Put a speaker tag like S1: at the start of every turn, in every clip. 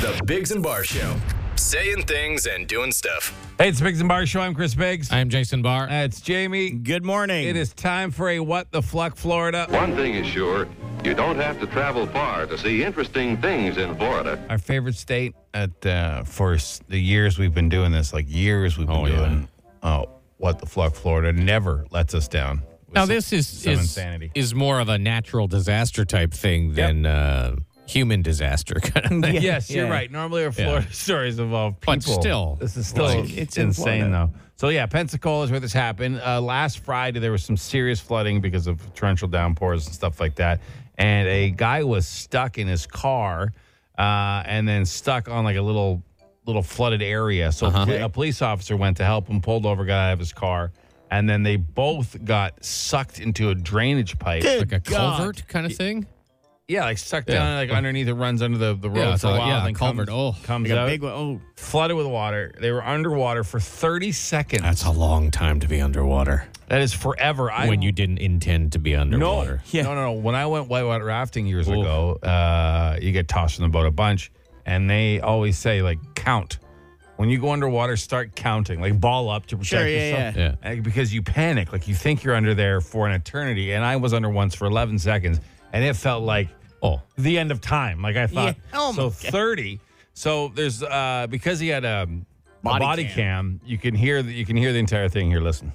S1: The Biggs and Bar Show. Saying things and doing stuff.
S2: Hey, it's the Biggs and Bar Show. I'm Chris Biggs.
S3: I'm Jason Barr.
S2: That's Jamie.
S3: Good morning.
S2: It is time for a What the Fluck Florida.
S4: One thing is sure, you don't have to travel far to see interesting things in Florida.
S2: Our favorite state at uh, for s- the years we've been doing this, like years we've been
S3: Oh, yeah.
S2: doing uh, What the Fluck Florida, never lets us down.
S3: Now
S2: Some-
S3: this is
S2: some
S3: is,
S2: insanity.
S3: is more of a natural disaster type thing than uh, human disaster kind of thing.
S2: yes, you're
S5: yeah.
S2: right. Normally our Florida stories involve people.
S3: But still,
S2: This is still
S3: like,
S2: it's
S5: it's in
S2: insane,
S5: Florida.
S2: though. So, yeah, Pensacola is where this happened. Uh, last Friday, there was some serious flooding because of torrential downpours and stuff like that. And a guy was stuck in his car uh, and then stuck on like a little little flooded area. So, a police officer went to help him, pulled over, got out of his car. And then they both got sucked into a drainage pipe.
S3: like a
S5: God.
S3: culvert kind of thing.
S2: Yeah, like sucked
S3: Yeah.
S2: down, like underneath it runs under the, the road
S3: Yeah,
S2: for a
S3: so,
S2: while.
S3: yeah,
S2: then
S3: culvert.
S2: Comes,
S3: Oh.
S2: comes
S5: Like a
S2: out
S5: big one. Oh,
S2: flooded with water. They were underwater for 30 seconds.
S3: That's a long time to be underwater
S2: that is forever. I
S3: when you didn't intend to be
S2: no,
S3: underwater.
S5: Yeah.
S2: no, no, no. When I went whitewater rafting years ago, uh, you get tossed from the boat a bunch, and they always say like count. When you go underwater, start counting, like ball up to protect
S5: Sure, yeah,
S2: yourself,
S3: yeah.
S2: Uh, because you panic, like you think you're under there for an eternity. And I was under once for 11 seconds, and it felt like
S3: Oh,
S2: the end of time. Like I thought.
S5: Yeah. Oh,
S2: so
S5: my
S2: 30. So there's uh because he had a body,
S5: Body
S2: a body cam.
S5: cam.
S2: you can hear the, you can hear the entire thing here. Listen.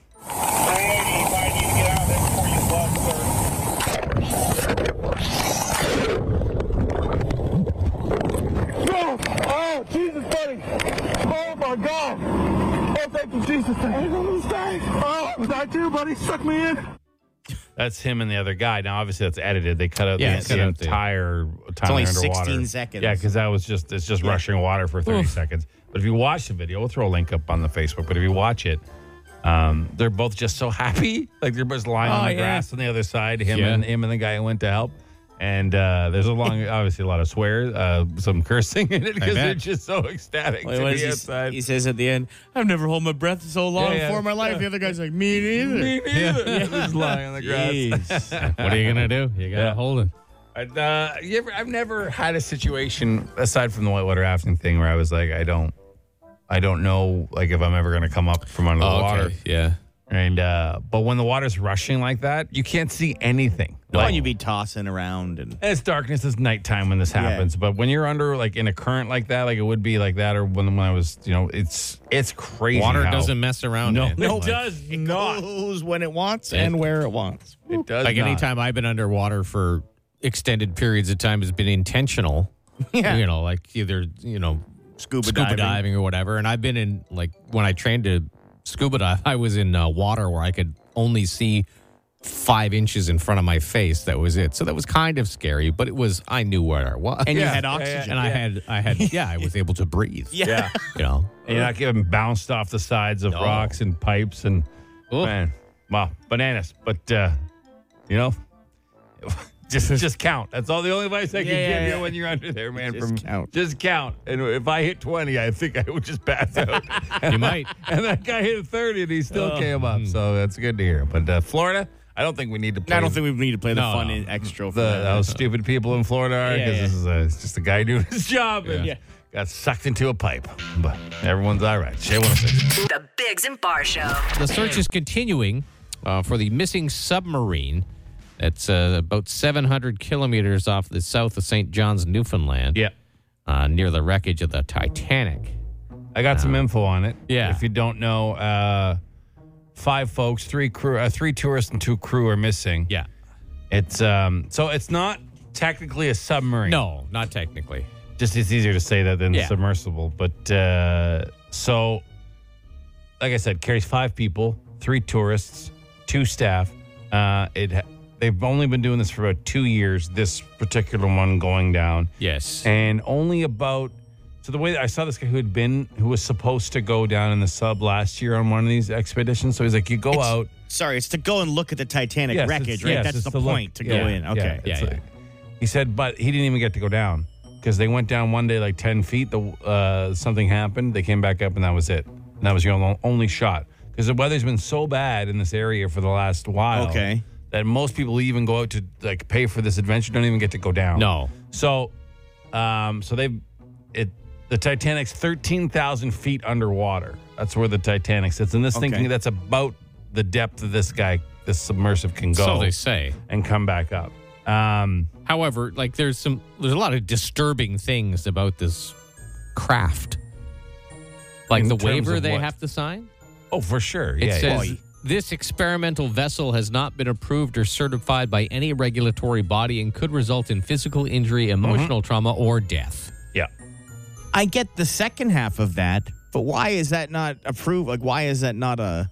S6: Go! Oh, Jesus, buddy! Oh my God! Oh, thank you, Jesus! Thank you, Oh, it was I too, buddy. Suck me in.
S2: That's him and the other guy. Now obviously that's edited. They cut out
S3: Yeah,
S2: the,
S3: it's cut
S2: the
S3: out the-
S2: entire time
S5: only
S2: they're underwater.
S5: 16 seconds.
S2: Yeah, because that was just it's just rushing water for 30 seconds. But if you watch the video, we'll throw a link up on the Facebook. But if you watch it. Um, they're both just so happy. Like they're both lying on
S3: Oh,
S2: the
S3: yeah.
S2: grass on the other side. Him
S3: Yeah.
S2: and him and the guy who went to help. And uh, there's a long, obviously a lot of swears, uh, some cursing in it because they're
S3: bet.
S2: just so ecstatic
S5: Wait,
S2: to be
S5: what does he, s-
S2: outside.
S5: he says at the end, I've never held my breath so
S2: Yeah,
S5: long
S2: yeah,
S5: before in my life.
S2: yeah.
S5: The other guy's like, me neither.
S2: Me neither. Just lying on the grass.
S3: what are you gonna do? You gotta
S2: Yeah.
S3: hold it.
S2: I'd, Uh, you ever, I've never had a situation aside from the whitewater rafting thing where I was like, I don't, I don't know, like if I'm ever going to come up from under the
S3: Oh,
S2: water.
S3: Yeah.
S2: And uh, but when the water's rushing like that, you can't see anything.
S5: Why
S2: Like,
S5: don't you be tossing around and
S2: it's darkness. It's nighttime when this happens. But when you're under like in a current like that, like it would be like that, or when when I was, you know, it's it's crazy.
S3: Water
S2: how-
S3: doesn't mess around.
S2: No,
S3: man.
S2: no,
S3: Like-
S2: it does not.
S5: goes when it wants
S3: Yeah.
S5: and where it wants.
S2: It does
S3: like
S2: not.
S3: anytime I've been underwater for extended periods of time has been intentional.
S5: Yeah.
S3: You know, like either, you know,
S5: Scuba,
S3: scuba diving. or whatever. And I've been in like when I trained to scuba dive, I was in uh, water where I could only see five inches in front of my face. That was it. So that was kind of scary, but it was I knew where I was,
S5: And
S2: Yeah,
S5: you had
S2: yeah, yeah.
S5: oxygen.
S3: and I had I had yeah, I was able to breathe.
S5: Yeah.
S2: yeah.
S3: you know,
S2: And you're not getting bounced off the sides of
S3: No.
S2: rocks and pipes and man, wow, bananas. But uh, you know, just just count. That's all the only advice I can
S5: Yeah, yeah,
S2: give
S5: yeah.
S2: you when you're under there, man.
S5: Just
S2: from
S5: Mm. count.
S2: just count. And if I hit 20, I think I would just pass out.
S3: you might.
S2: and that guy hit 30, and he still
S5: Oh.
S2: came up. So that's good to hear. But uh, Florida, I don't think we need to. Play
S5: Hmm. I don't think we need to play the
S3: No,
S5: fun
S3: no.
S5: in extra. for
S2: the
S5: that.
S2: how stupid people in Florida are
S5: Yeah,
S2: because
S5: yeah.
S2: this is a, it's just a guy doing his job and
S5: Yeah.
S2: got sucked into a pipe. But everyone's all right. Shay 106.
S7: The Bigs and Bar Show.
S3: The search is continuing uh, for the missing submarine that's uh, about 700 kilometers off the south of St. John's, Newfoundland.
S2: Yeah.
S3: Uh, near the wreckage of the Titanic.
S2: I got some info on it.
S3: Yeah.
S2: If you don't know, uh, five folks, three crew, uh, three tourists and two crew are missing.
S3: Yeah.
S2: It's um, so it's not technically a submarine.
S3: No, not technically.
S2: Just it's easier to say that than
S3: Yeah.
S2: submersible. But uh, so, like I said, carries five people, three tourists, two staff. Uh, it ha- they've only been doing this for about two years. This particular one going down.
S3: Yes.
S2: and only about so the way that I saw this guy who had been who was supposed to go down in the sub last year on one of these expeditions. So he's like, you go
S5: It's-
S2: out,
S5: Sorry, it's to go and look at the Titanic
S2: Yes, it's-
S5: wreckage, right?
S2: yes,
S5: That's
S2: it's
S5: the
S2: to look-
S5: point to go
S2: yeah,
S5: in.
S2: yeah,
S5: Okay.
S2: it's
S3: Yeah,
S2: like- he said, but he didn't even get to go down because they went down one day like ten feet. The uh, something happened. They came back up and that was it. And that was your only- only shot because the weather's been so bad in this area for the last while.
S5: Okay.
S2: That most people who even go out to like pay for this adventure don't even get to go down.
S3: No.
S2: So, um, so they've it the Titanic's thirteen thousand feet underwater. That's where the Titanic sits, and this
S5: Okay.
S2: thinking that's about the depth of this guy, this submersive can go
S3: So they say.
S2: and come back up. Um,
S3: However, like there's some there's a lot of disturbing things about this craft. Like
S2: In
S3: the
S2: terms
S3: waiver
S2: of
S3: they
S2: what?
S3: have to sign.
S2: oh, for sure.
S3: It
S2: yeah, yeah. Oh,
S3: says this experimental vessel has not been approved or certified by any regulatory body and could result in physical injury,
S2: Mm-hmm.
S3: emotional trauma, or death.
S2: yeah.
S5: I get the second half of that, but why is that not approved? Like, why is that not a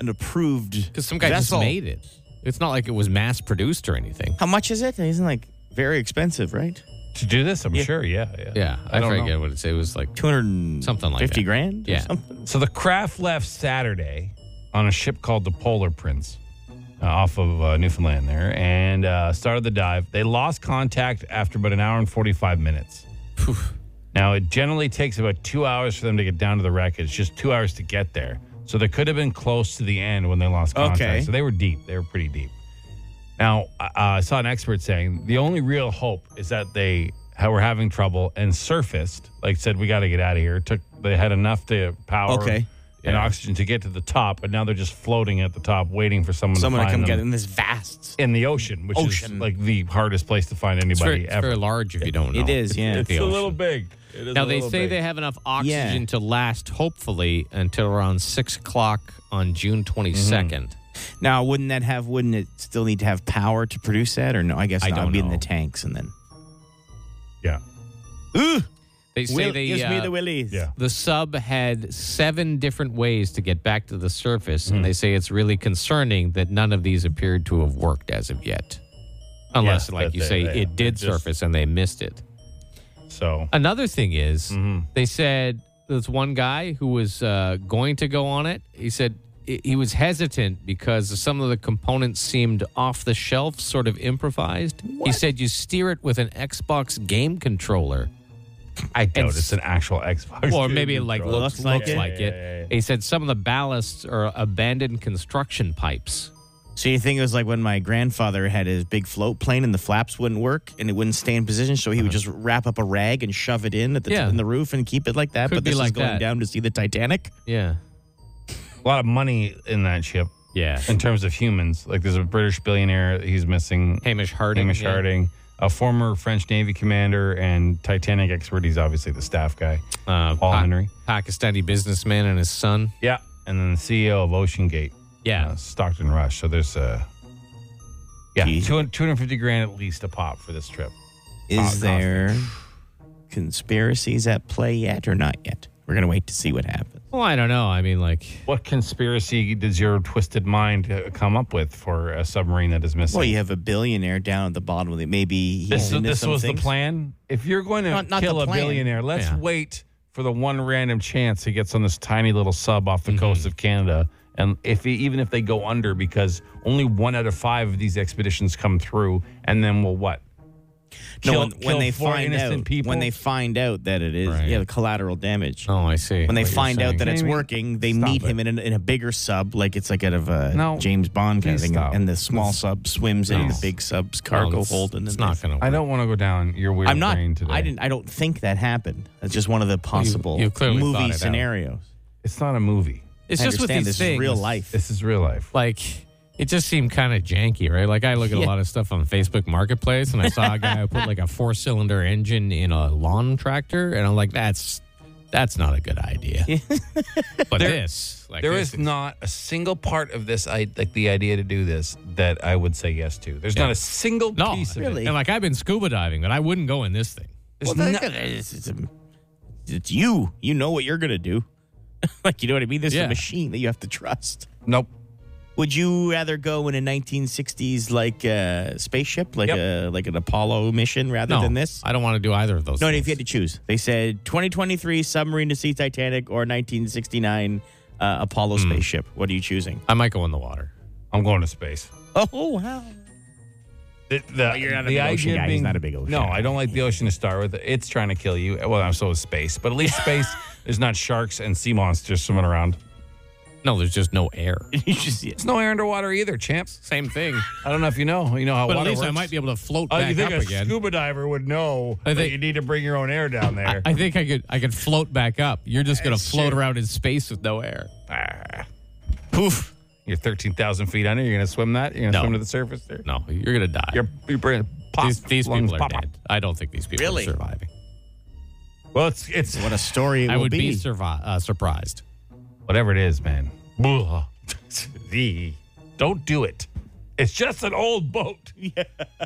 S5: an approved?
S3: Because some guy
S5: vessel?
S3: just made it. It's not like it was mass produced or anything.
S5: How much is it? Isn't like very expensive, right?
S2: To do this, I'm sure. Yeah, yeah.
S3: Yeah, I, forget what it said. It was like
S5: Two hundred
S3: Something like
S5: fifty
S3: that.
S5: grand. or
S3: Yeah.
S5: something?
S2: So the craft left Saturday on a ship called the Polar Prince uh, off of uh, Newfoundland there and uh, started the dive. They lost contact after about an hour and 45 minutes. Now, it generally takes about two hours for them to get down to the wreckage, just two hours to get there. So they could have been close to the end when they lost contact.
S5: Okay.
S2: So they were deep. They were pretty deep. Now, I- I saw an expert saying the only real hope is that they ha- were having trouble and surfaced, like said, we got to get out of here. Took They had enough to power
S5: Okay.
S2: and oxygen to get to the top, but now they're just floating at the top, waiting for someone,
S5: Someone
S2: to
S5: to
S2: find
S5: come
S2: them
S5: get in this vast.
S2: in the ocean, which
S5: Ocean.
S2: is like the hardest place to find
S3: it's
S2: anybody
S3: very, it's
S2: ever.
S3: very large if you don't know.
S5: It is, yeah.
S2: it's
S3: the
S2: a
S3: ocean.
S2: little big. It is
S3: Now
S2: a
S3: they
S2: little
S3: say
S2: big.
S3: they have enough oxygen to last, hopefully, until around six o'clock on June twenty
S2: Mm-hmm.
S5: Now, wouldn't that have? Wouldn't it still need to have power to produce that? Or no? I guess
S3: I
S5: not.
S3: don't
S5: It'd be in
S3: know.
S5: the tanks and then.
S2: yeah,
S5: Ooh,
S3: They say
S5: Will,
S3: they
S5: gives
S3: uh,
S5: me the willies.
S2: yeah.
S3: the sub had seven different ways to get back to the surface,
S2: Mm-hmm.
S3: and they say it's really concerning that none of these appeared to have worked as of yet. Unless,
S2: Yeah,
S3: like
S2: that
S3: you
S2: they-
S3: say,
S2: they-
S3: it did
S2: just-
S3: surface and they missed it.
S2: So
S3: Another thing is, they said this one guy who was uh, going to go on it. He said i- he was hesitant because some of the components seemed off the shelf, sort of improvised. He said you steer it with an Xbox game controller,
S2: I doubt
S3: s-
S2: it's an actual Xbox,
S3: or
S2: game
S3: maybe it like
S2: controller.
S3: looks, looks
S5: Looks like
S3: like
S5: it.
S3: it. He said some of the ballasts are abandoned construction pipes.
S5: So you think it was like when my grandfather had his big float plane and the flaps wouldn't work and it wouldn't stay in position, so he would just wrap up a rag and shove it in at the
S3: Yeah.
S5: in the roof and keep it like that.
S3: Could
S5: but
S3: be
S5: this is
S3: like
S5: going
S3: that.
S5: down to see the Titanic.
S3: Yeah,
S2: a lot of money in that ship
S3: yeah.
S2: in terms of humans. Like there's a British billionaire he's missing,
S3: Hamish Harding.
S2: Hamish
S3: yeah.
S2: Harding, a former French Navy commander and Titanic expert. He's obviously the staff guy,
S3: Uh,
S2: Paul
S3: Pa-
S2: Henry.
S3: Pakistani businessman and his son.
S2: Yeah, and then the CEO of Ocean Gate.
S3: Yeah.
S2: uh, Stockton Rush. So there's uh, yeah,
S5: Gee.
S2: 200, 250 grand at least a pop for this trip.
S5: Is
S2: costume.
S5: there conspiracies at play yet or not yet? We're gonna wait to see what happens.
S3: Well, I don't know. I mean, like.
S2: What conspiracy does your twisted mind uh, come up with for a submarine that is missing?
S5: Well, you have a billionaire down at the bottom of the maybe he's
S2: this
S5: into
S2: this
S5: some
S2: was the
S5: things.
S2: plan. If you're going to
S5: Not- not
S2: kill
S5: the
S2: a
S5: plan.
S2: billionaire, let's
S3: Yeah.
S2: wait for the one random chance he gets on this tiny little sub off the coast of Canada. And if he, even if they go under, because only one out of five of these expeditions come through, and then we'll what?
S5: No,
S2: Kill-
S5: when, when
S2: kill
S5: they
S2: four
S5: find
S2: innocent
S5: out,
S2: people.
S5: when they find out that it is,
S3: Right.
S5: yeah, the collateral damage.
S3: Oh, I see.
S5: when they
S3: what you're
S5: find out
S3: saying.
S5: that it's
S2: Jamie,
S5: working, they
S2: stop
S5: meet
S2: it.
S5: him in a, in a bigger sub, like it's like out of a
S2: No.
S5: James Bond
S2: Please
S5: kind of thing,
S2: stop.
S5: and the small sub swims in, and the
S2: Please.
S5: big sub's
S3: No,
S5: cargo
S3: it's-
S5: hold, and
S3: it's
S5: then
S3: not
S5: they-
S3: going to.
S2: I don't want to go down your weird
S5: I'm not.
S2: brain today.
S5: I didn't. I don't think that happened. That's just one of the possible
S3: you clearly thought it
S5: movie
S3: out.
S5: scenarios.
S2: It's not a movie.
S3: It's
S5: I
S3: just with
S5: understand
S3: these
S5: this
S3: things,
S5: is real life.
S2: This is real life.
S3: Like it just seemed kind of janky, right? Like I look at a lot of stuff on Facebook Marketplace, and I saw a guy who put like a four-cylinder engine in a lawn tractor, and I'm like, that's that's not a good idea. but this, like
S2: There
S3: this
S2: is not a single part of this, I like the idea to do this, that I would say yes to. There's not a single
S3: no,
S2: piece of
S5: really.
S2: it.
S3: and like I've been scuba diving, but I wouldn't go in this thing.
S2: There's
S5: Well,
S2: no-
S5: that- it's, it's a- it's you. You know what you're gonna do. like you know what I mean. This is
S3: Yeah.
S5: a machine that you have to trust.
S2: nope.
S5: Would you rather go in a 1960s like uh, spaceship, like a like an Apollo mission, rather
S3: No,
S5: than this?
S3: I don't want to do either of those.
S5: No,
S3: things.
S5: if you had to choose, they said 2023 submarine to sea Titanic or 1969 uh, Apollo
S3: Hmm.
S5: spaceship. What are you choosing?
S3: I might go in the water.
S2: I'm going to space.
S5: Oh wow!
S2: The, the,
S5: you're not a
S2: the
S5: big
S2: idea
S5: ocean
S2: of
S5: guy. He's
S2: being-
S5: not a big ocean
S2: No,
S5: guy.
S2: I don't like the ocean to start with. It's trying to kill you. Well, I'm so is space, but at least space there's not sharks and sea monsters swimming around.
S3: No, there's just no air.
S5: you just, yeah.
S2: There's no air underwater either, champs.
S3: Same thing.
S2: I don't know if you know. You know how
S3: But at
S2: water
S3: least I
S2: works.
S3: might be able to float
S2: Oh,
S3: back
S2: you think
S3: up
S2: a
S3: again.
S2: scuba diver would know
S3: I
S2: that
S3: think-
S2: you need to bring your own air down there?
S3: I think I could I could float back up. You're just gonna
S2: Eh, shit.
S3: float around in space with no air.
S2: Poof! You're 13,000 feet under. You're gonna swim that. You're gonna
S3: No.
S2: swim to the surface there.
S3: No, you're gonna die.
S2: You're, you're bringing pop.
S3: these these
S2: lungs
S3: people are
S2: pop up.
S3: dead. I don't think these people
S5: Really?
S3: are surviving.
S2: Well, it's it's
S5: What a story it
S3: I
S5: will
S3: would be, survi- uh, surprised.
S2: whatever it is, man. Blah. The- Don't do it. It's just an old boat.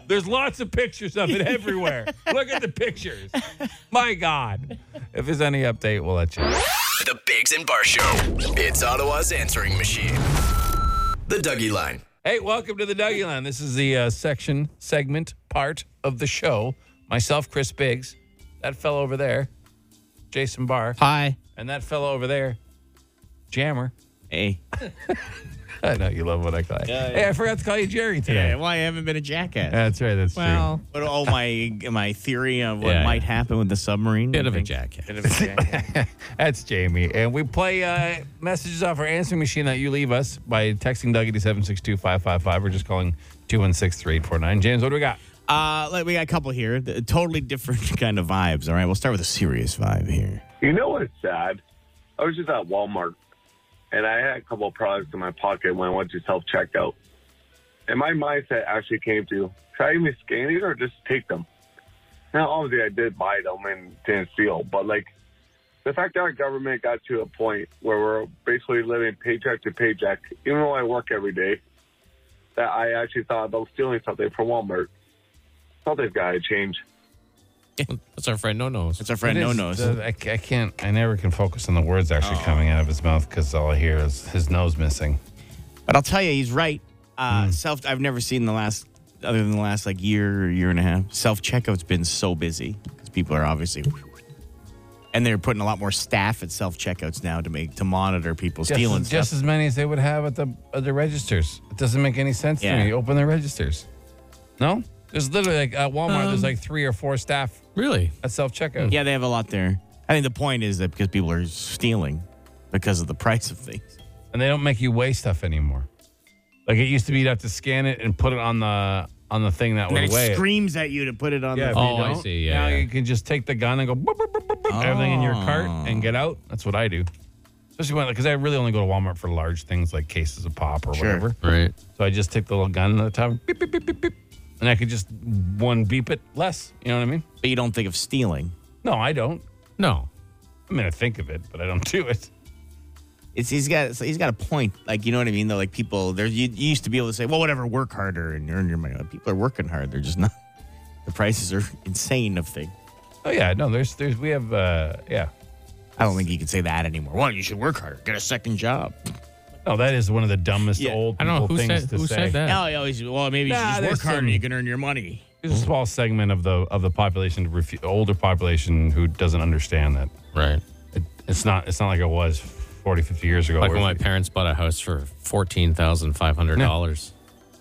S2: There's lots of pictures of it everywhere. Look at the pictures. My God. If there's any update, we'll let you know.
S1: The Bigs and Bar Show. It's Ottawa's answering machine. The Dougie Line.
S2: Hey, welcome to the Dougie Line. This is the uh, section, segment, part of the show. Myself, Chris Biggs, that fellow over there, Jason Barr,
S3: Hi.
S2: and that fellow over there, Jammer.
S5: Hey.
S2: I know you love what I call you. Hey, I forgot to call you Jerry today.
S5: Yeah, well, I haven't been a jackass.
S2: That's right. That's
S3: Well,
S5: but all my my theory of what
S3: Yeah.
S5: might happen with the submarine.
S3: bit of a
S5: Thanks.
S3: jackass.
S5: Bit of a jackass.
S2: That's Jamie. And we play uh, messages off our answering machine that you leave us by texting Dougie to 762 555 or just calling 216 3849. James, what do we got?
S5: uh, like, we got a couple here. The- totally different kind of vibes. All right, we'll start with a serious vibe here.
S8: You know what's sad? I was just at Walmart and I had a couple of products in my pocket when I went to self checkout. And my mindset actually came to should I even scan these or just take them? Now, obviously, I did buy them and didn't steal, but like the fact that our government got to a point where we're basically living paycheck to paycheck, even though I work every day, that I actually thought about stealing something from Walmart. Something's got to change.
S3: That's our friend No Nose.
S5: That's our friend
S2: It Oh.
S5: No
S2: is,
S5: Nose.
S2: uh, I, I can't, I never can focus on the words actually coming out of his mouth because all I hear is his nose missing.
S5: But I'll tell you, he's right. Uh,
S2: Hmm.
S5: Self, I've never seen the last, other than the last like year or year and a half, self checkout's been so busy because people are obviously, and they're putting a lot more staff at self checkouts now to make to monitor people stealing
S2: just, just
S5: stuff.
S2: as many as they would have at the at the registers. It doesn't make any sense
S5: Yeah.
S2: to me. Open the registers. No? There's literally like at Walmart, there's like three or four staff
S3: Really?
S2: at self checkout.
S5: yeah, they have a lot there. I think the point is that because people are stealing because of the price of things.
S2: and they don't make you weigh stuff anymore. Like it used to be, you'd have to scan it and put it on the on the thing that
S5: And then
S2: would
S5: it
S2: weigh. it.
S5: screams at you to put it on
S2: Yeah, if
S5: the.
S2: you
S3: Oh, I
S2: don't,
S3: see. Yeah,
S2: now
S3: yeah.
S2: you can just take the gun and go boop, boop, boop, boop, boop, everything in your cart and get out. That's what I do. Especially when, because I really only go to Walmart for large things like cases of pop or whatever.
S3: Right.
S2: So I just take the little gun at the top, beep, beep, beep, beep, beep, and I could just one beep it less. You know what I mean?
S5: But you don't think of stealing.
S2: No, I don't.
S3: No.
S2: I mean, I think of it, but I don't do it.
S5: It's, he's got so he's got a point. Like you know what I mean? Though, like people, there you, you used to be able to say, "Well, whatever, work harder and earn your money." People are working hard. They're just not. The prices are insane of things.
S2: Oh yeah, no. There's there's we have uh yeah.
S5: I don't think you can say that anymore. Well, you should work harder, get a second job.
S2: No, that is one of the dumbest
S5: Yeah.
S2: old
S3: I don't
S2: people
S3: know who
S2: things
S3: said
S2: to
S3: who
S2: say.
S3: said that.
S5: Now I Oh, always well, maybe you
S2: Nah,
S5: should
S2: there's
S5: just work harder
S2: some-
S5: and you can earn your money.
S2: There's a small segment of the of the population, refu- older population, who doesn't understand that
S3: Right.
S2: it, it's not it's not like it was 40, 50 years ago.
S3: Like
S2: where
S3: when my
S2: if-
S3: parents bought a house for fourteen thousand five hundred dollars.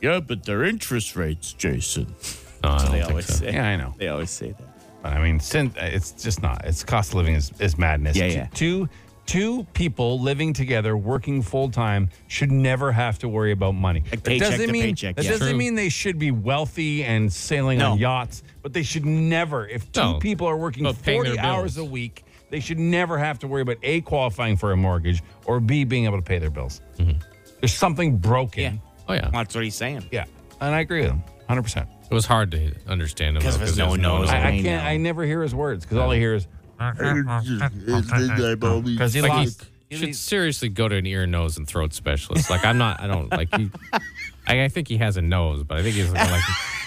S5: Yeah, but their interest rates, Jason.
S3: No, I
S5: They
S3: don't think
S5: always
S3: so.
S5: say.
S2: yeah, I know.
S5: They always say that.
S2: But I mean, sin, it's just not. It's cost of living is, is madness.
S5: Yeah,
S2: Two-
S5: yeah.
S2: Two two people living together, working full time, should never have to worry about money.
S5: Like
S2: That
S5: paycheck
S2: doesn't
S5: to
S2: mean
S5: paycheck,
S2: that
S5: yeah.
S2: doesn't
S3: True.
S2: mean they should be wealthy and sailing
S5: No.
S2: on yachts, but they should never. If two
S3: No.
S2: people are working
S3: About paying their
S2: forty hours a
S3: bills.
S2: week, they should never have to worry about a qualifying for a mortgage or b being able to pay their bills.
S3: Mm-hmm.
S2: There's something broken.
S5: Yeah.
S3: Oh yeah.
S5: That's what he's saying.
S2: Yeah, and I agree with him, hundred percent.
S3: It was hard to understand him
S5: Because
S3: though,
S5: of his no
S3: there's
S5: nose.
S2: I, I
S5: I
S2: can't.
S5: know.
S2: I never hear his words because all I hear is because he
S3: Like he
S2: lost. he-
S3: should seriously go to an ear, nose, and throat specialist. Like I'm not. I don't like he. I, I think he has a nose, but I think he's got like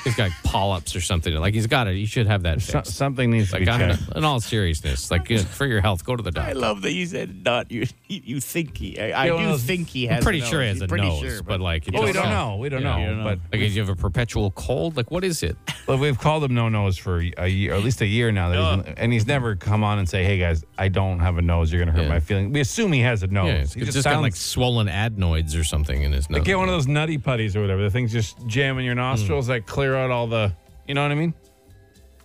S3: he's got polyps or something. Like he's got it. He should have that
S2: so-
S3: fixed.
S2: something needs to
S3: Like
S2: be
S3: I'm
S2: checked.
S3: in all seriousness, like you know, for your health, go to the
S5: I
S3: doctor.
S5: love that you said not you. You think he? I, I
S2: Yeah, well,
S5: do think he has.
S3: I'm pretty
S5: a
S3: sure he
S5: nose.
S3: has a
S5: Pretty
S3: nose,
S5: sure,
S3: but, like it
S2: Well, Oh, we
S3: doesn't
S2: don't know. We don't
S3: Yeah,
S2: know.
S3: you
S2: But
S3: Like, do you have a perpetual cold? Like, what is it?
S2: but we've called him no nose for a year, or at least a year now. That he's been- and he's never come on and say, "Hey guys, I don't have a nose. You're gonna hurt
S3: Yeah.
S2: my feelings." We assume he has a nose.
S3: Yeah, it's
S2: he just,
S3: just got like
S2: sounds
S3: swollen adenoids or something in his nose.
S2: like get one of those
S3: Hmm.
S2: nutty putties or whatever. The things just jam in your nostrils that clear out all the. You know what I mean?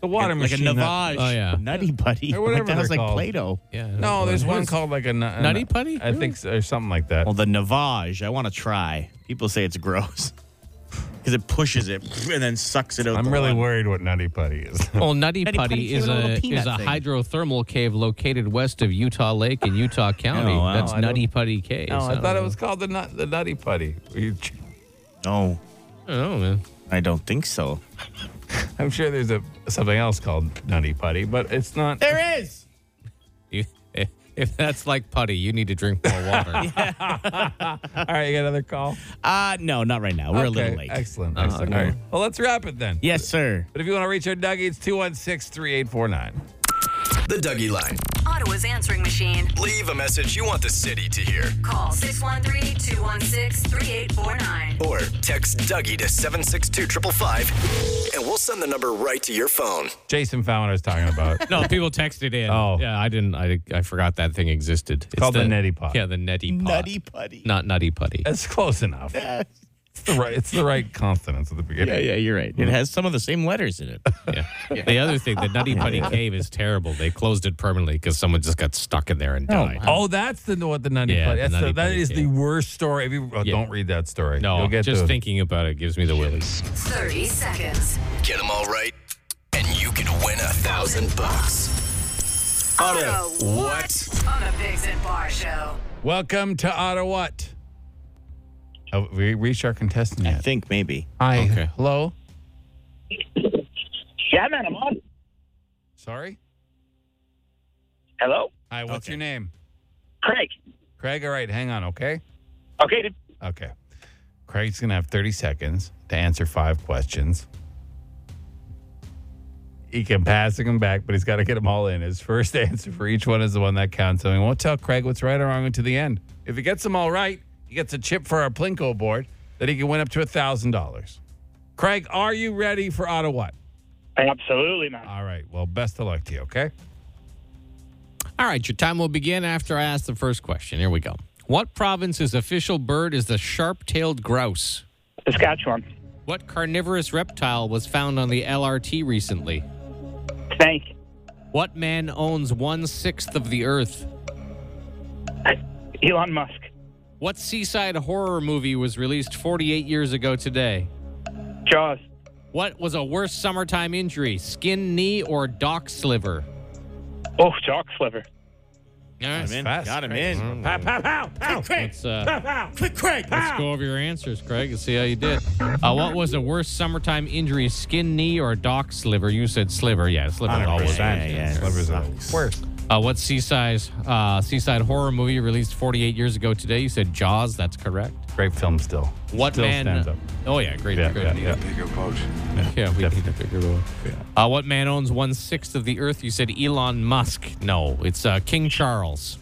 S2: The water
S5: like
S2: machine.
S5: a Navage,
S3: Oh, yeah.
S5: Nutty Buddy,
S2: Or whatever
S5: Like that was
S2: they're
S5: like
S2: called.
S5: Play-Doh.
S3: Yeah.
S2: No, there's one
S3: Yes.
S2: called like a nu- a
S3: Nutty
S2: nu-
S3: Putty?
S2: I think so, or something like that.
S5: Well, the Navage, I want to try. People say it's gross because it pushes it and then sucks it out.
S2: I'm
S5: the
S2: really
S5: lung.
S2: worried what Nutty Putty is.
S3: Well, Nutty
S5: Nutty
S3: Putty,
S5: Putty
S3: is
S5: came in a
S3: a,
S5: little
S3: is a
S5: peanut thing.
S3: hydrothermal cave located west of Utah Lake in Utah County.
S5: Oh, wow.
S3: That's
S5: I
S2: don't-
S3: Nutty Putty Cave.
S2: no, I thought it was called the nut, the Nutty Putty.
S5: No,
S3: Oh man.
S5: I don't think so.
S2: I'm sure there's a something else called Nutty Putty, but it's not.
S5: There is.
S3: You- if- If that's like putty, you need to drink more water.
S2: All right, you got another call.
S5: Uh no, not right now. We're a little
S2: Okay,
S5: late.
S2: Excellent.
S3: Uh-huh.
S2: excellent. All right. Well, let's wrap it then.
S5: Yes, sir.
S2: But if you want to reach our Dougie, it's 216 3849.
S1: The Dougie Line.
S7: Ottawa's answering machine.
S1: Leave a message you want the city to hear.
S7: Call 613-216-3849.
S1: Or text Dougie to 762 555 and we'll send the number right to your phone.
S2: Jason found what I was talking about.
S3: No, people texted in.
S2: Oh.
S3: yeah, I didn't. I, I forgot that thing existed. It's,
S2: called the neti pot.
S3: Yeah, the neti pot.
S5: Nutty Putty.
S3: not nutty putty.
S2: That's close enough. It's the right, it's the right consonants at the beginning.
S5: Yeah, yeah, you're right. Mm. It has some of the same letters in it.
S3: Yeah. The other thing, the nutty putty cave is terrible. They closed it permanently because someone just got stuck in there and died.
S2: Oh, that's the what the nutty
S3: Uh-huh. Yeah, the
S2: putty. That's the,
S3: Nutty
S2: that
S3: Putty,
S2: is the
S3: yeah.
S2: worst story. If you, oh,
S3: Yeah.
S2: Don't read that story.
S3: no,
S2: You'll get
S3: just
S2: the-
S3: thinking about it gives me the willies.
S7: 30 seconds.
S1: Get them all right, and you can win a thousand bucks.
S7: Auto
S1: What?
S7: on the Bigs and Bar Show.
S2: Welcome to Ottawa. Have we reached our contestant
S5: I
S2: yet?
S5: think maybe.
S2: Hi.
S3: Okay.
S2: Hello.
S9: Yeah, man, I'm on.
S2: Sorry.
S9: Hello?
S2: Hi. What's
S5: Okay.
S2: your name?
S9: Craig.
S2: Craig. All right. Hang on. Okay.
S9: Okay, dude.
S2: Okay. Craig's gonna have thirty seconds to answer five questions. He can pass them back, but he's got to get them all in. His first answer for each one is the one that counts. So we won't tell Craig what's right or wrong until the end. If he gets them all right, he gets a chip for our Plinko board that he can win up to thousand dollars. Craig, are you ready for Ottawa?
S9: Absolutely, man.
S2: All right. Well, best of luck to you. Okay.
S3: All right, your time will begin after I ask the first question. Here we go. What province's official bird is the sharp tailed grouse?
S9: Uh, Saskatchewan.
S3: What carnivorous reptile was found on the LRT recently?
S9: Snake.
S3: What man owns one sixth of the earth?
S9: Elon Musk.
S3: What seaside horror movie was released 48 years ago today?
S9: Jaws.
S3: What was a worse summertime injury, skin knee or dock sliver?
S9: Oh, jock sliver.
S3: All right,
S5: Got him in.
S2: fast,
S5: Got him
S2: Craig.
S5: in.
S2: Pow, pow, pow, pow.
S3: let's, uh,
S5: Quick, Craig.
S3: let's go over your answers, Craig, and see how you did. Uh, what was a worse summertime injury, skin knee or dock sliver? You said sliver. Yeah, sliver always.
S5: Yeah, yeah, yeah.
S2: Slivers are the worst.
S3: Uh, what seaside, uh, seaside horror movie released 48 years ago today? You said Jaws. That's correct.
S2: Great film still.
S3: What
S2: still
S3: man?
S2: stands up.
S3: Oh yeah, great.
S2: Yeah,
S3: great.
S2: yeah, yeah.
S3: Yeah, we need to figure it out. Uh, what man owns one sixth of the earth? You said Elon Musk. No, it's uh, King Charles.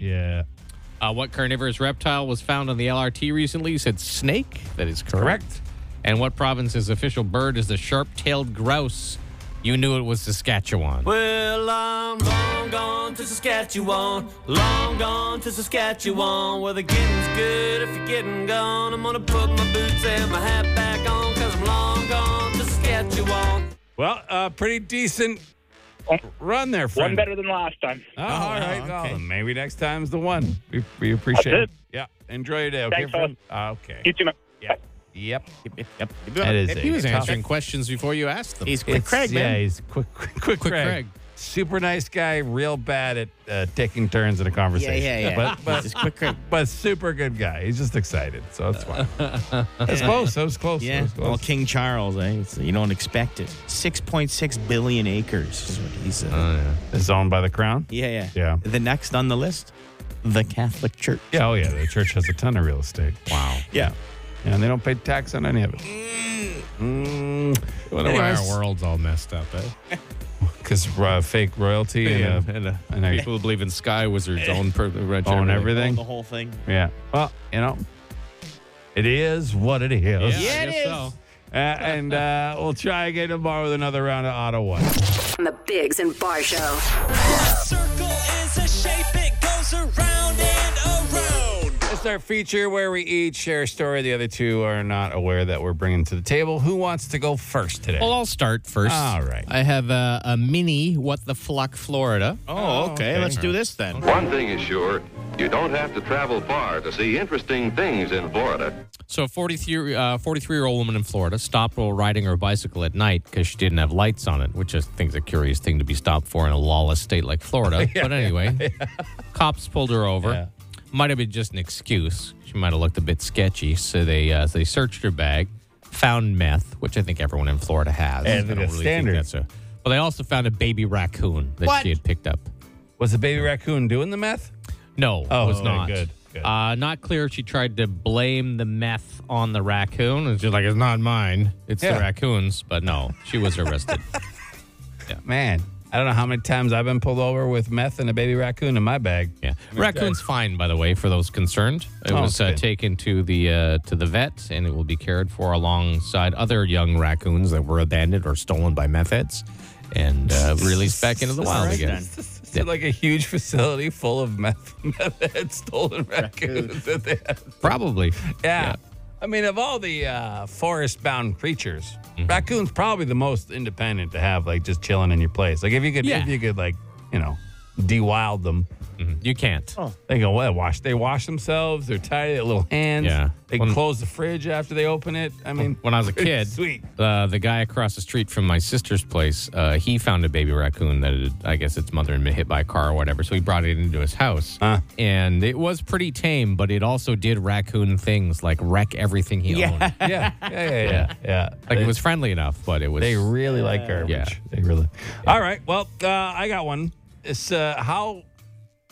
S2: Yeah.
S3: Uh, what carnivorous reptile was found on the LRT recently? You said snake. That is correct.
S2: Correct.
S3: And what province's official bird is the sharp tailed grouse? You knew it was Saskatchewan.
S10: Well, I'm long gone to Saskatchewan, long gone to Saskatchewan, where the getting's good if you're getting gone. I'm gonna put my boots and my hat back on, cause I'm long gone to Saskatchewan.
S2: Well, uh, pretty decent run there, friend.
S9: One better than last time.
S2: Oh, all right.
S5: wow, okay.
S2: Oh, maybe next time's the one. We, we appreciate it.
S9: That's
S2: Yeah. Enjoy your day. Okay,
S9: Thanks,
S2: friend. Okay.
S9: You too, man.
S2: Yeah. Yep.
S5: Yep, yep.
S2: That is
S3: He was
S2: a tough-
S3: answering questions before you asked them.
S5: He's quick,
S2: It's-
S5: Craig,
S2: Yeah,
S5: man.
S2: he's quick, quick, quick,
S3: Quick
S2: Craig.
S3: Craig.
S2: Super nice guy, real bad at uh, taking turns in a
S5: Yeah,
S2: conversation.
S5: yeah, yeah.
S2: But, but,
S5: He's quick, Craig.
S2: but super good guy. He's just excited, so that's fine. That's close. That was close. That
S5: Yeah.
S2: was close.
S5: Well, King Charles, eh? It's- you don't expect it. 6.6 billion acres is what he said.
S2: It's owned by the crown.
S5: yeah, yeah.
S2: Uh, yeah.
S5: The next on the list, the Catholic Church.
S2: Yeah, oh yeah, the church has a ton of real estate. Wow.
S5: Yeah.
S2: Yeah, and they don't pay tax on any of it. Mm.
S3: Wonder why our world's all messed up, eh?
S2: Because uh, fake royalty and, uh,
S3: and, uh,
S2: and they
S3: people who believe in sky wizards own, per- uh,
S2: own everything.
S5: The whole thing.
S2: Yeah. Well, you know, it is what it is.
S3: Yeah, I guess so.
S2: Uh, and uh, we'll try again tomorrow with another round of Ottawa.
S7: On the Bigs and Bar Show.
S10: Circle is a shape, it goes around and around.
S2: That's our feature where we each share a story the other two are not aware that we're bringing to the table. Who wants to go first today?
S3: Well, I'll start first.
S2: All right.
S3: I have a, a mini What the Fluck Florida.
S5: Oh, okay. Let's do this then.
S4: One thing is sure you don't have to travel far to see interesting things in Florida.
S3: So, a 43 uh, 43 year old woman in Florida stopped while riding her bicycle at night because she didn't have lights on it, which I think is a curious thing to be stopped for in a lawless state like Florida. but anyway, cops pulled her over.
S2: Yeah.
S3: Might have been just an excuse. She might have looked a bit sketchy. So, they uh, they searched her bag, found meth, which I think everyone in Florida has.
S2: Yeah, I think that's standard.
S3: a. But they also found a baby raccoon that
S5: What?
S3: she had picked up.
S2: Was the baby raccoon doing the meth?
S3: No,
S2: Oh,
S3: it was
S2: okay,
S3: not.
S2: good, good.
S3: Uh, not clear if she tried to blame the meth on the raccoon. It's just like, it's not mine. It's
S2: Yeah.
S3: the raccoons. But no, she was arrested.
S2: Man, I don't know how many times I've been pulled over with meth and a baby raccoon in my bag.
S3: yeah. Raccoon's fine, by the way, for those concerned. It
S2: Oh,
S3: was uh,
S2: good.
S3: taken to the uh, to the vet and it will be cared for alongside other young raccoons that were abandoned or stolen by meth heads and uh, released back into the wild
S5: Alright
S3: again.
S2: Is it like a huge facility full of meth, meth and stolen raccoons? that they have?
S3: Probably.
S2: Yeah. I mean, of all the uh, forest bound creatures,
S3: Mm-hmm.
S2: raccoon's probably the most independent to have, like just chilling in your place. Like if you could,
S3: Yeah. Mm-hmm.
S2: if you could, like you know, de-wild them.
S3: You can't.
S2: They go, well, wash. They wash themselves. They're tired. Their little hands.
S3: Yeah.
S2: They
S3: When-
S2: close the fridge after they open it. I mean,
S3: when I was a
S2: pretty
S3: kid,
S2: sweet.
S3: Uh, the guy across the street from my sister's place, uh, he found a baby raccoon that had, I guess its mother had been hit by a car or whatever. So he brought it into his house, and it was pretty tame, but it also did raccoon things like wreck everything he owned.
S2: Yeah, yeah, yeah, yeah. yeah.
S3: Like it was friendly enough, but it was
S2: They really like garbage.
S3: Yeah.
S2: They really. All right. Well, uh, I got one. It's uh, how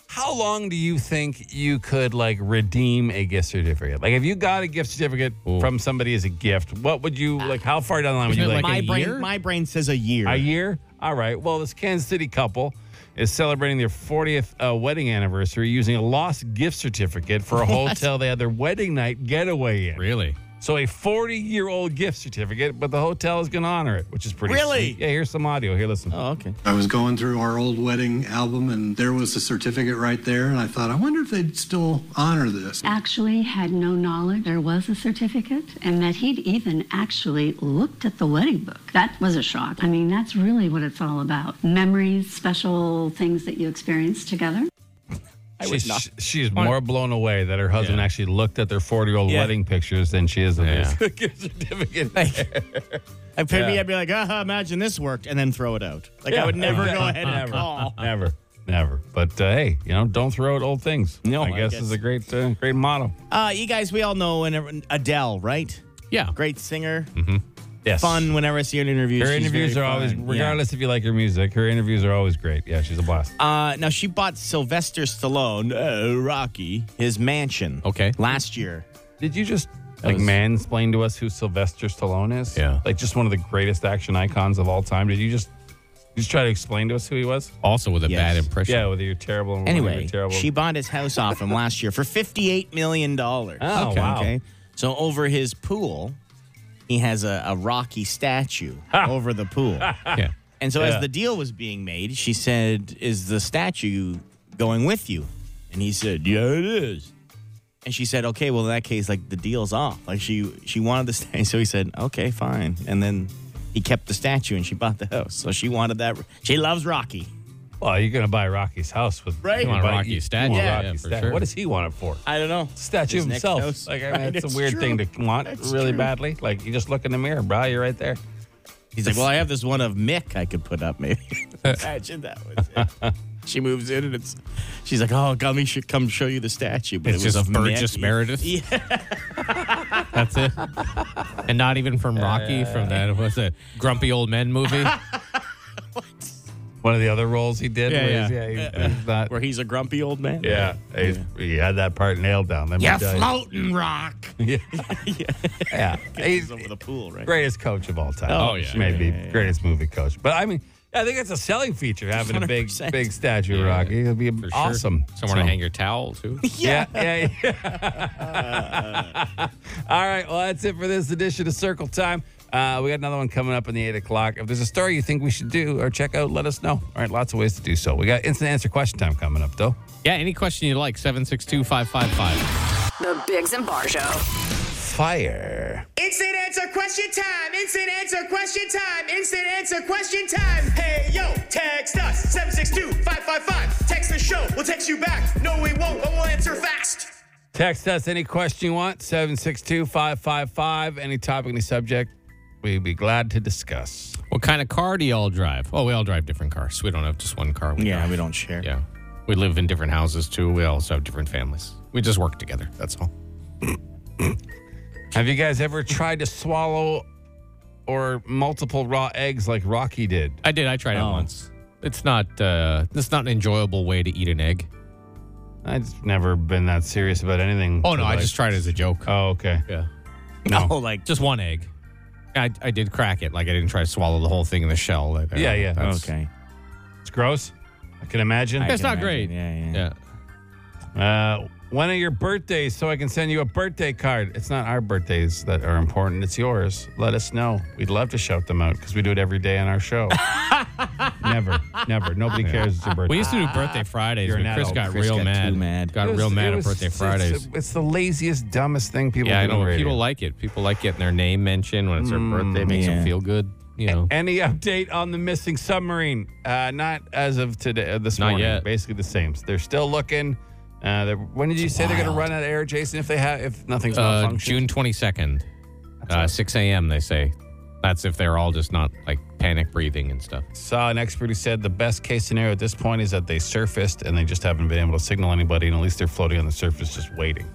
S2: how long do you think you could like redeem a gift certificate? Like, if you got a gift certificate from somebody as a gift, what would you like? How far down the line would you
S3: Isn't it
S2: like?
S3: like
S5: My
S3: a year?
S5: brain, my brain says a year.
S2: a year? All right. Well, this Kansas City couple is celebrating their 40th uh, wedding anniversary using a lost gift certificate for a hotel they had their wedding night getaway in.
S3: really.
S2: So a 40 year old gift certificate, but the hotel is going to honor it, which is pretty.
S5: Really?
S2: sweet. Yeah. Here's some audio. Here, listen.
S5: Oh, okay.
S11: I was going through our old wedding album, and there was the certificate right there. And I thought, I wonder if they'd still honor this.
S7: Actually, had no knowledge there was a certificate and that he'd even actually looked at the wedding book. That was a shock. I mean, that's really what it's all about memories, special things that you experienced together.
S2: she's, she's more blown away that her husband
S3: Yeah.
S2: actually looked at their 40 year old
S5: Yeah.
S2: wedding pictures than she is of
S3: Yeah.
S2: his gift certificate.
S5: I would me, I'd be like, ah, imagine this worked, and then throw it out. Like I would never go ahead and
S2: never,
S5: call.
S2: Never. Never. But uh, hey, you know, don't throw out old things.
S5: No,
S2: I
S5: I
S2: guess
S5: guess.
S2: is a great, uh, great motto.
S5: Uh, you guys, we all know and- Adele, right?
S3: Yeah,
S5: Great singer,
S2: Yes.
S5: fun. Whenever I see her in interviews,
S2: Mm. Her
S5: she's
S2: interviews are
S5: very
S2: always,
S5: fun. Yeah.
S2: regardless if you like her music, her interviews are always great. Yeah, she's a blast.
S5: Uh, now she bought Sylvester Stallone, uh, Rocky, his mansion.
S3: Okay.
S5: Last year.
S2: Did you just like
S5: was-
S2: mansplain to us who Sylvester Stallone is?
S3: Yeah.
S2: Like just one of the greatest action icons of all time. Did you just you just try to explain to us who he was?
S3: Also with a
S5: Yes.
S3: bad impression.
S2: Yeah, whether you're terrible and whether
S5: Anyway,
S2: you're terrible.
S5: she bought his house off him last year for fifty-eight million dollars.
S2: Oh, Okay. wow.
S5: So over his pool, he has a, a Rocky statue over the pool.
S3: yeah.
S5: And so
S2: Yeah.
S5: as the deal was being made, she said, "Is the statue going with you?" And he said, "Yeah, it is." And she said, "Okay, well in that case, like the deal's off. Like she she wanted the statue, so he said, "Okay, fine." And then he kept the statue, and she bought the house. So she wanted that. She loves Rocky.
S2: well, Oh, you're gonna buy Rocky's house with
S5: Right. You
S3: want a
S2: buy-
S3: Rocky
S2: you
S3: statue,
S2: want a
S3: yeah,
S2: Rocky
S3: yeah, for
S2: statue.
S3: sure.
S2: What does he want it for?
S5: I don't know.
S2: Statue
S5: His next
S2: himself.
S5: house.
S2: Like I mean,
S5: Right,
S2: it's,
S5: it's
S2: a weird
S5: true.
S2: thing to want
S5: That's
S2: really
S5: true.
S2: badly. Like you just look in the mirror, bro. You're right there.
S5: He's like, well, I have this one of Mick I could put up, maybe. Imagine that was it. She moves in and it's, she's like, oh, let me sh- come show you the statue. But
S3: It's
S5: it was
S3: just
S5: of
S3: Burgess
S5: Mick.
S3: Meredith.
S5: Yeah.
S3: That's it. and not even from Rocky, from that what's that grumpy old men movie?
S2: One of the other roles he did.
S3: Yeah,
S2: where he's-
S3: yeah.
S2: he's- he's not-
S5: Where he's a grumpy old man.
S2: yeah, he's- he had that part nailed down. Let me
S5: Yeah,
S2: tell you.
S5: floating rock.
S2: Yeah, yeah.
S5: He's
S2: He's-
S5: over the pool, right?
S2: greatest coach of all time.
S3: Oh, yeah.
S2: maybe greatest movie coach. But I mean, I think it's a selling feature having a big,
S5: 100%.
S2: big statue, of Rocky. It'll be
S3: For sure.
S2: awesome.
S3: Somewhere
S2: So-
S3: to hang your towel too.
S2: Yeah, yeah, yeah. All right. Well, that's it for this edition of Circle Time. Uh, we got another one coming up in the eight o'clock. If there's a story you think we should do or check out, let us know. All right, lots of ways to do so. We got instant answer question time coming up, though.
S3: Yeah, any question you like, 762 555.
S12: The Biggs and Bar Show.
S2: Fire.
S13: Instant answer question time. Instant answer question time. Instant answer question time. Hey, yo, text us 762 555. Text the show. We'll text you back. No, we won't, but we'll answer fast.
S2: Text us any question you want, 762 555. Any topic, any subject, we'd be glad to discuss.
S3: What kind of car do y'all drive? Oh, we all drive different cars. We don't have just one car.
S5: Yeah,
S3: we
S5: don't share.
S3: Yeah. We live in different houses too. We also have different families. We just work together. That's all.
S2: Have you guys ever tried to swallow or multiple raw eggs like Rocky did?
S3: I did. I tried it once. It's not uh it's not an enjoyable way to eat an egg.
S2: I've never been that serious about anything.
S3: Oh no,
S2: Like-
S3: I just tried it as a joke.
S2: Oh, okay.
S3: Yeah. No, like just one egg. I, I did crack it. Like I didn't try to swallow the whole thing in the shell. Like, uh,
S2: Yeah, yeah.
S3: that's-
S2: Okay. It's gross. I can imagine.
S3: That's not great. yeah.
S2: Uh, when are your birthdays so I can send you a birthday card? It's not our birthdays that are important, it's yours. Let us know. We'd love to shout them out because we do it every day on our show. never, never. Nobody cares it's your birthday.
S3: We used to do birthday Fridays,
S2: Ah, You're an
S3: but Chris
S2: adult.
S3: got
S2: Chris
S3: real
S2: got
S3: mad.
S2: too mad.
S3: Got
S2: It
S3: real
S2: was-
S3: mad
S2: it
S3: at
S2: was-
S3: birthday
S2: it's-
S3: Fridays.
S2: It's, it's the laziest, dumbest thing people
S3: yeah, I
S2: do on
S3: know.
S2: radio.
S3: People like it. People like getting their name mentioned when it's their birthday. It makes
S2: Mm, yeah.
S3: them feel good. You know.
S2: Any update on the missing submarine? Uh, not as of today. Uh, this
S3: Not
S2: morning.
S3: yet.
S2: Basically the same. They're still looking. Uh, they're, when did you say they're going to run out of air, Jason? If they have, if nothing's
S3: Uh,
S2: malfunctioned.
S3: June twenty second, uh, six a.m. They say. That's if they're all just not like panic breathing and stuff.
S2: Saw an expert who said the best case scenario at this point is that they surfaced and they just haven't been able to signal anybody, and at least they're floating on the surface just waiting.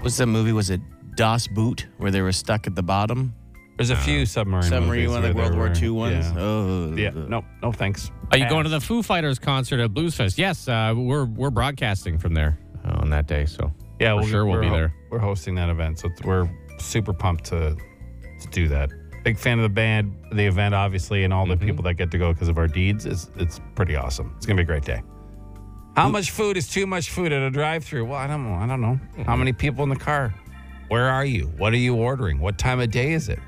S5: What's the movie? Was it Das Boot, where they were stuck at the bottom?
S2: There's a few submarine
S5: submarine
S2: movies
S5: one, like
S2: where
S5: World
S2: they
S5: War
S2: were-
S5: II ones.
S2: Uh, yeah.
S5: Oh,
S2: Yeah, no, no thanks.
S3: Are you going to the Foo Fighters concert at Blues Fest? Yes, uh, we're we're broadcasting from there uh, on that day. So
S2: Yeah,
S3: for
S2: we'll,
S3: sure we'll
S2: we're
S3: be
S2: ho-
S3: there.
S2: We're hosting that event, so we're super pumped to to do that. Big fan of the band, the event, obviously, and all the
S3: Mm-hmm.
S2: people that get to go because of our deeds. It's it's pretty awesome. It's gonna be a great day.
S3: Mm.
S2: How much food is too much food at a drive-through? Well, I don't know. I don't know.
S3: Mm.
S2: How many people in the car? Where are you? What are you ordering? What time of day is it?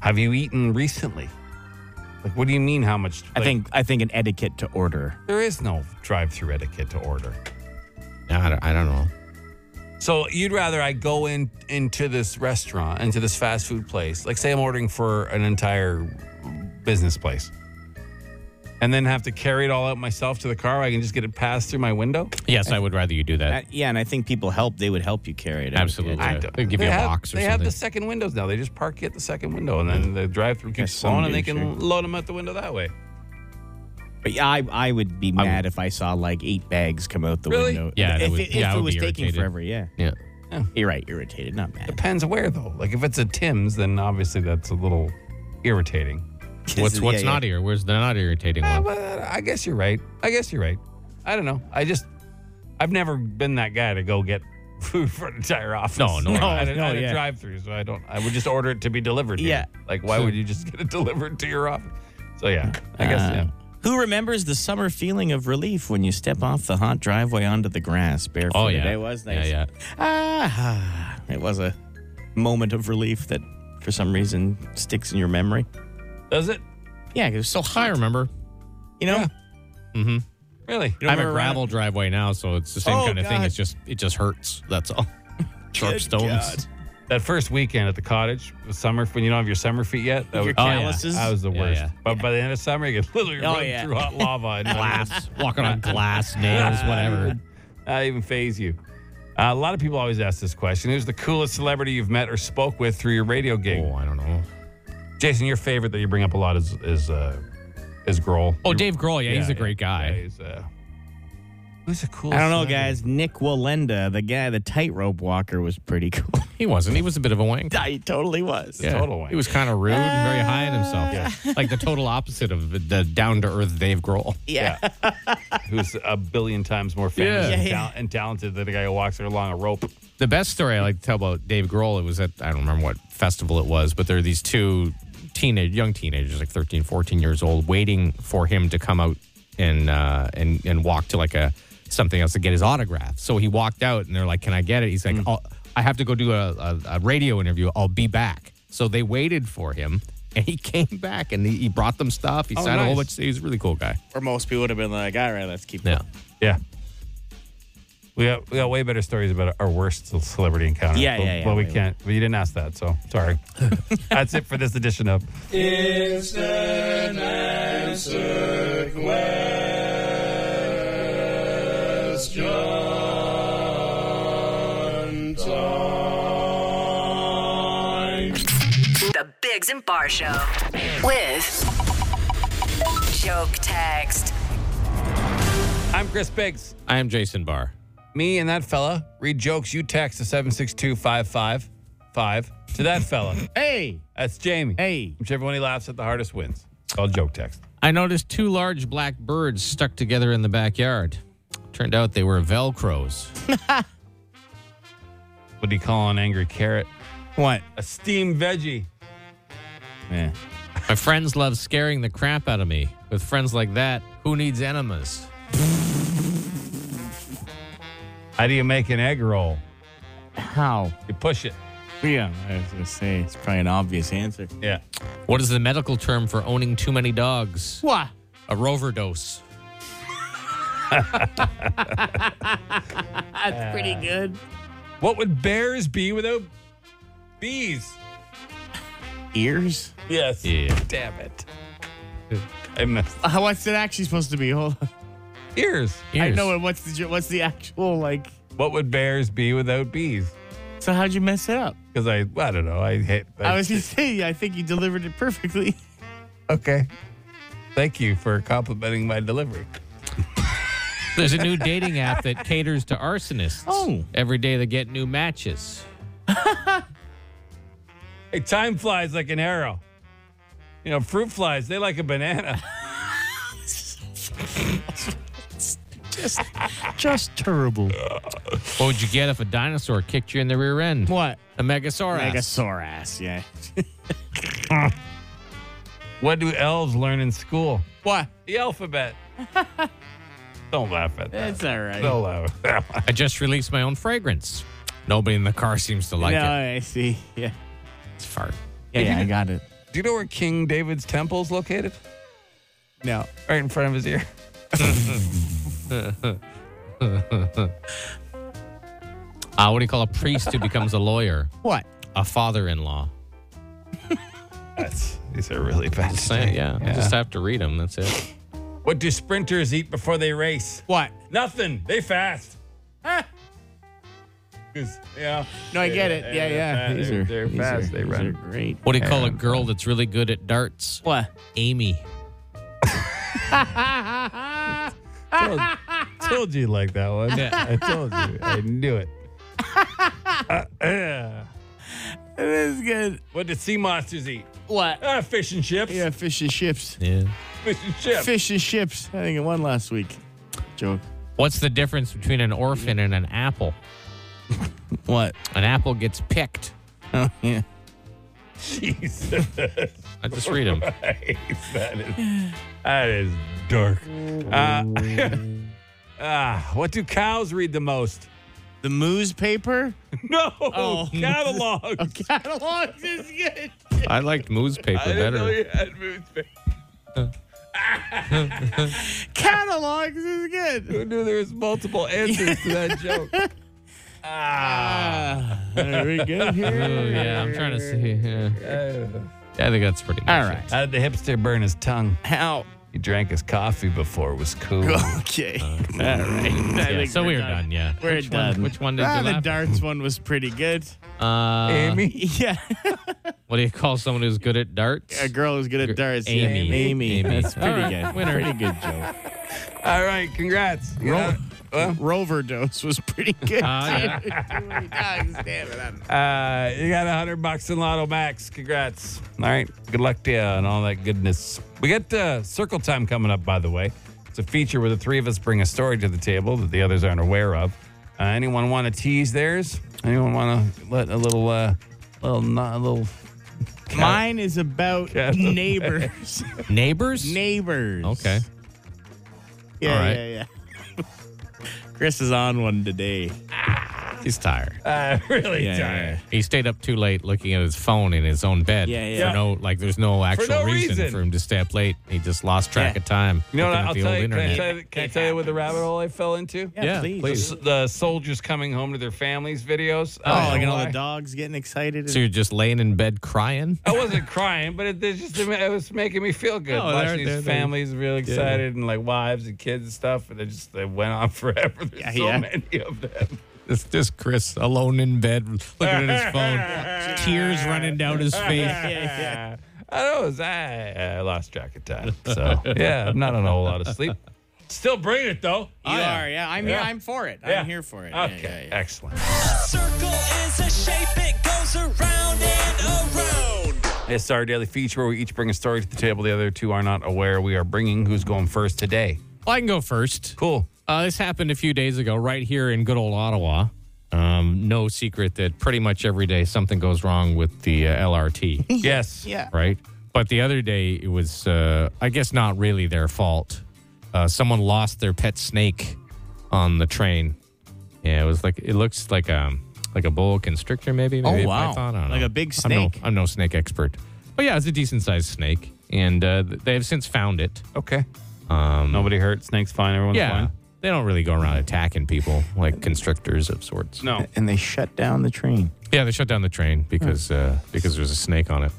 S2: Have you eaten recently? Like, what do you mean? How much?
S5: I think I think an etiquette to order.
S2: There is no drive-through etiquette to order.
S3: I don't, I don't know.
S2: So you'd rather I go in into this restaurant, into this fast food place, like say I'm ordering for an entire business place, and then have to carry it all out myself to the car. I can just get it passed through my window.
S3: Yes, I would rather you do that.
S5: Uh, yeah, and I think people help. They would help you carry it. out.
S3: Absolutely.
S5: I
S3: They'd give you a
S2: have,
S3: box or
S2: They have
S3: something.
S2: the second windows now. They just park you at the second window, and then the drive-through keeps
S5: some
S2: flowing, and they
S5: do,
S2: can
S5: sure.
S2: load them out the window that way.
S5: But yeah, I, I would be
S2: I
S5: mad if I saw like eight bags come out the
S2: Really?
S5: window.
S3: Yeah, that
S5: if,
S3: would-
S5: it, if
S3: yeah, I
S5: it
S3: would
S5: was
S3: be
S5: taking
S3: irritated.
S5: forever, yeah.
S3: Yeah.
S5: You're right, irritated, not mad.
S2: Depends where though. Like if it's a Tim's, then obviously that's a little irritating.
S3: What's
S2: Yeah,
S3: what's
S2: yeah.
S3: not here? Where's the not irritating
S2: Eh,
S3: one?
S2: well, I guess you're right. I guess you're right. I don't know. I just, I've never been that guy to go get food for an entire office.
S3: No, no,
S2: I
S3: no,
S2: had a,
S3: no, yeah.
S2: drive through, so I don't. I would just order it to be delivered. to
S5: Yeah.
S2: you. Like, why would you just get it delivered to your office? So yeah, I guess
S5: Uh,
S2: yeah.
S5: Who remembers the summer feeling of relief when you step off the hot driveway onto the grass barefoot?
S3: Oh yeah,
S5: It was nice.
S3: Yeah,
S5: Ah, it was a moment of relief that for some reason sticks in your memory.
S2: Does it?
S5: Yeah, it was so hot.
S3: I remember.
S5: You know?
S3: yeah. hmm
S2: Really?
S3: I have a gravel driveway now, so it's the same
S5: Oh,
S3: kind of thing.
S5: God.
S3: It's just it just hurts. That's all. Sharp
S5: Good
S3: stones.
S2: That first weekend at the cottage, the summer when you don't have your summer feet yet, that
S5: Your
S2: was,
S5: calluses?
S2: that was the
S3: Yeah,
S2: worst.
S3: yeah.
S2: But by the end of summer, you could literally
S5: Oh,
S2: run
S5: yeah.
S2: through hot lava and
S3: Glass, walking on glass, nails, whatever.
S2: Not even phase you. Uh, a lot of people always ask this question: Who's the coolest celebrity you've met or spoke with through your radio gig?
S3: Oh, I don't know.
S2: Jason, your favorite that you bring up a lot is is uh, is Grohl.
S3: Oh, Dave Grohl. Yeah, he's
S2: Yeah,
S3: a great
S2: Yeah,
S3: guy.
S2: he's, uh, who's the coolest?
S5: I don't know,
S2: celebrity?
S5: guys. Nick Walenda, the guy, the tightrope walker, was pretty cool.
S3: He wasn't. He was a bit of a wank.
S5: I totally was.
S3: Yeah.
S2: total wank.
S3: He was kind of rude and very high on himself. Like the total opposite of the down to earth Dave Grohl.
S5: Yeah.
S2: Who's a billion times more famous
S3: Yeah.
S2: and,
S5: Yeah, yeah.
S2: tal- and talented than the guy who walks along a rope?
S3: The best story I like to tell about Dave Grohl, it was at, I don't remember what festival it was, but there are these two teenage, young teenagers, like 13, 14 years old, waiting for him to come out and, uh, and, and walk to like a, something else to get his autograph. So he walked out and they're like, can I get it? He's
S2: Mm.
S3: like, "I'll- I have to go do a, a, a radio interview. I'll be back. So they waited for him and he came back and he, he brought them stuff. He
S2: Oh,
S3: signed a whole
S2: nice.
S3: bunch. He was a really cool guy.
S5: Or most people would have been like, all right, let's keep
S3: Yeah.
S5: going.
S2: Yeah. We got we got way better stories about our worst celebrity encounter.
S5: Yeah,
S2: but,
S5: yeah, yeah.
S2: But we can't. But you didn't ask that, so sorry. That's it for this edition of
S6: Instant answer question time.
S12: The Bigs and Bar Show with Joke Text.
S2: I'm Chris Biggs.
S3: I am Jason Barr.
S2: Me and that fella read jokes you text to 762555 to that fella.
S5: hey.
S2: That's Jamie. Hey. Whichever one he laughs at the hardest wins. It's called joke text.
S3: I noticed two large black birds stuck together in the backyard. Turned out they were Velcros.
S2: What do you call an angry carrot?
S5: What?
S2: A steamed veggie.
S5: Yeah.
S3: My friends love scaring the crap out of me. With friends like that, who needs enemas?
S2: How do you make an egg roll?
S5: How?
S2: You push it.
S5: Yeah, I was gonna say it's probably an obvious answer.
S2: Yeah.
S3: What is the medical term for owning too many dogs?
S5: What?
S3: A roverdose.
S6: That's pretty good.
S2: What would bears be without bees?
S5: Ears?
S2: Yes.
S3: Yeah.
S2: Damn it. I missed.
S5: Uh, what's it actually supposed to be? Hold on.
S2: Ears.
S5: I know it. What's the ju- what's the actual like?
S2: What would bears be without bees?
S5: So how'd you mess it up?
S2: Because I, I don't know. I hit.
S5: I was gonna say. I think you delivered it perfectly.
S2: okay. Thank you for complimenting my delivery.
S3: There's a new dating app that caters to arsonists.
S5: Oh.
S3: Every day they get new matches.
S2: Hey, time flies like an arrow. You know, fruit flies, they like a banana.
S5: Just, just terrible.
S3: What would you get if a dinosaur kicked you in the rear end?
S5: What?
S3: A megasaurus.
S5: Megasaurus. Yeah.
S2: what do elves learn in school?
S5: What?
S2: The alphabet. don't laugh at that.
S5: It's all right.
S2: Don't laugh.
S3: I just released my own fragrance. Nobody in the car seems to like
S5: no,
S3: it.
S5: I see. Yeah.
S3: It's fart.
S5: Yeah, yeah, I got it.
S2: do you know where King David's temple is located?
S5: No.
S2: Right in front of his ear.
S3: Uh, what do you call a priest who becomes a lawyer?
S5: What?
S3: A father-in-law.
S2: That's these are really bad.
S3: Say- yeah, I just have to read them. That's it.
S2: What do sprinters eat before they race?
S5: What?
S2: Nothing. They fast. 'Cause, yeah.
S5: No, I get it. Yeah, yeah.
S2: They're,
S5: These
S2: they're,
S5: are-
S2: they're
S5: these
S2: fast.
S5: are-
S2: they
S5: these
S2: run.
S5: are great.
S3: What do you call a girl that's really good at darts?
S5: What?
S3: Amy.
S2: told, told you like that one. I told you. I knew it. Uh, uh.
S5: This is good.
S2: What did sea monsters eat?
S5: What?
S2: Ah, fish and chips.
S5: Yeah, fish and chips.
S3: Yeah.
S2: Fish and chips.
S5: Fish and chips. I think it won last week. Joke.
S3: What's the difference between an orphan and an apple?
S5: What?
S3: An apple gets picked.
S5: Oh, yeah.
S2: Jesus.
S3: I just read them.
S2: that is that is dark. Uh, ah, what do cows read the most?
S5: The moose paper?
S2: No,
S5: Oh.
S2: catalogs.
S5: Catalogs is good.
S3: I liked moose paper
S2: I didn't know
S3: better.
S2: you had newspaper.
S5: Catalogs is good.
S2: Who knew there was multiple answers to that joke? Ah.
S5: Are we good
S3: Oh,
S5: here?
S3: yeah, I'm trying to see. Yeah. Yeah, I think that's pretty much
S5: All
S3: it.
S5: right.
S2: How did the hipster burn his tongue?
S5: How?
S2: He drank his coffee before it was cool.
S5: Okay. All right. I
S3: Yeah,
S5: think
S3: so we're done. yeah.
S5: We're
S3: Uh, which
S5: done.
S3: One, which one did
S5: Ah,
S3: you
S5: the
S3: laugh?
S5: darts one was pretty good.
S3: Uh,
S2: Amy?
S5: Yeah.
S3: What do you call someone who's good at darts?
S5: A girl who's good at darts.
S3: Amy.
S5: Amy.
S3: Amy.
S5: That's pretty
S3: All right,
S5: good.
S3: winner.
S5: Pretty good joke.
S2: All right, congrats. You
S5: Roll-
S2: know- well,
S5: Rover dose was pretty good.
S3: Uh,
S5: too. Too many dogs, damn it. I'm-
S2: uh, you got a hundred bucks in Lotto Max. Congrats. All right. Good luck to you and all that goodness. We got uh, Circle Time coming up, by the way. It's a feature where the three of us bring a story to the table that the others aren't aware of. Uh, anyone want to tease theirs? Anyone want to let a little, uh, little, not a little.
S5: Mine is about
S2: Cat-
S5: neighbors.
S3: Neighbors?
S5: neighbors.
S3: okay.
S5: Yeah,
S3: All right.
S5: yeah, yeah. Chris is on one today.
S3: He's tired.
S2: Uh, really
S3: Yeah,
S2: tired.
S3: yeah. He stayed up too late looking at his phone in his own bed.
S2: Yeah,
S3: For
S2: yeah.
S3: no, like, there's no actual
S2: no
S3: reason,
S2: reason.
S3: for him to stay up late. He just lost track of time.
S2: You know what?
S3: looking at
S2: I'll
S3: the
S2: tell
S3: old
S2: you. Can I
S3: internet.
S2: tell you, can I tell you what the rabbit hole I fell into?
S5: Yeah, Yeah, please. please.
S2: The, the soldiers coming home to their families videos.
S5: Oh, like and all the
S2: why.
S5: dogs getting excited. and-
S3: So you're just laying in bed crying?
S2: I wasn't crying, but it, it just it was making me feel good.
S3: No, they're-
S2: Watching
S3: they're-
S2: these
S3: they're-
S2: families real excited and like wives and kids and stuff, and it just they went on forever. There's so
S3: yeah.
S2: many of them.
S3: It's just Chris alone in bed looking at his phone, tears running down his face.
S2: yeah. I know. it was- I, I lost track of time. So yeah, I'm not on a whole lot of sleep. Still bring it though.
S5: You are, yeah. I'm here. I'm for it.
S2: Oh, Yeah.
S5: I'm here for it.
S2: Okay, excellent.
S10: Circle is a shape, it goes around and around.
S2: It's our daily feature where we each bring a story to the table. The other two are not aware. We are bringing who's going first today.
S3: Well, I can go first.
S2: Cool.
S3: Uh, this happened a few days ago, right here in good old Ottawa. Um, no secret that pretty much every day something goes wrong with the uh, LRT.
S2: yes.
S5: Yeah.
S3: Right. But the other day, it was, uh, I guess, not really their fault. Uh, someone lost their pet snake on the train. Yeah, it was like it looks like a like a boa constrictor, maybe.
S5: Oh,
S3: maybe a
S5: wow.
S3: python, I don't
S5: Like
S3: know.
S5: a big
S3: I'm no-
S5: snake.
S3: I'm no snake expert, but yeah, it's a decent sized snake, and uh, th- they have since found it.
S2: Okay.
S3: Um,
S2: Nobody hurt. Snake's fine. Everyone's
S3: yeah,
S2: fine.
S3: they don't really go around attacking people like constrictors of sorts.
S2: No.
S5: And they shut down the train.
S3: Yeah, they shut down the train because uh, because there was a snake on it.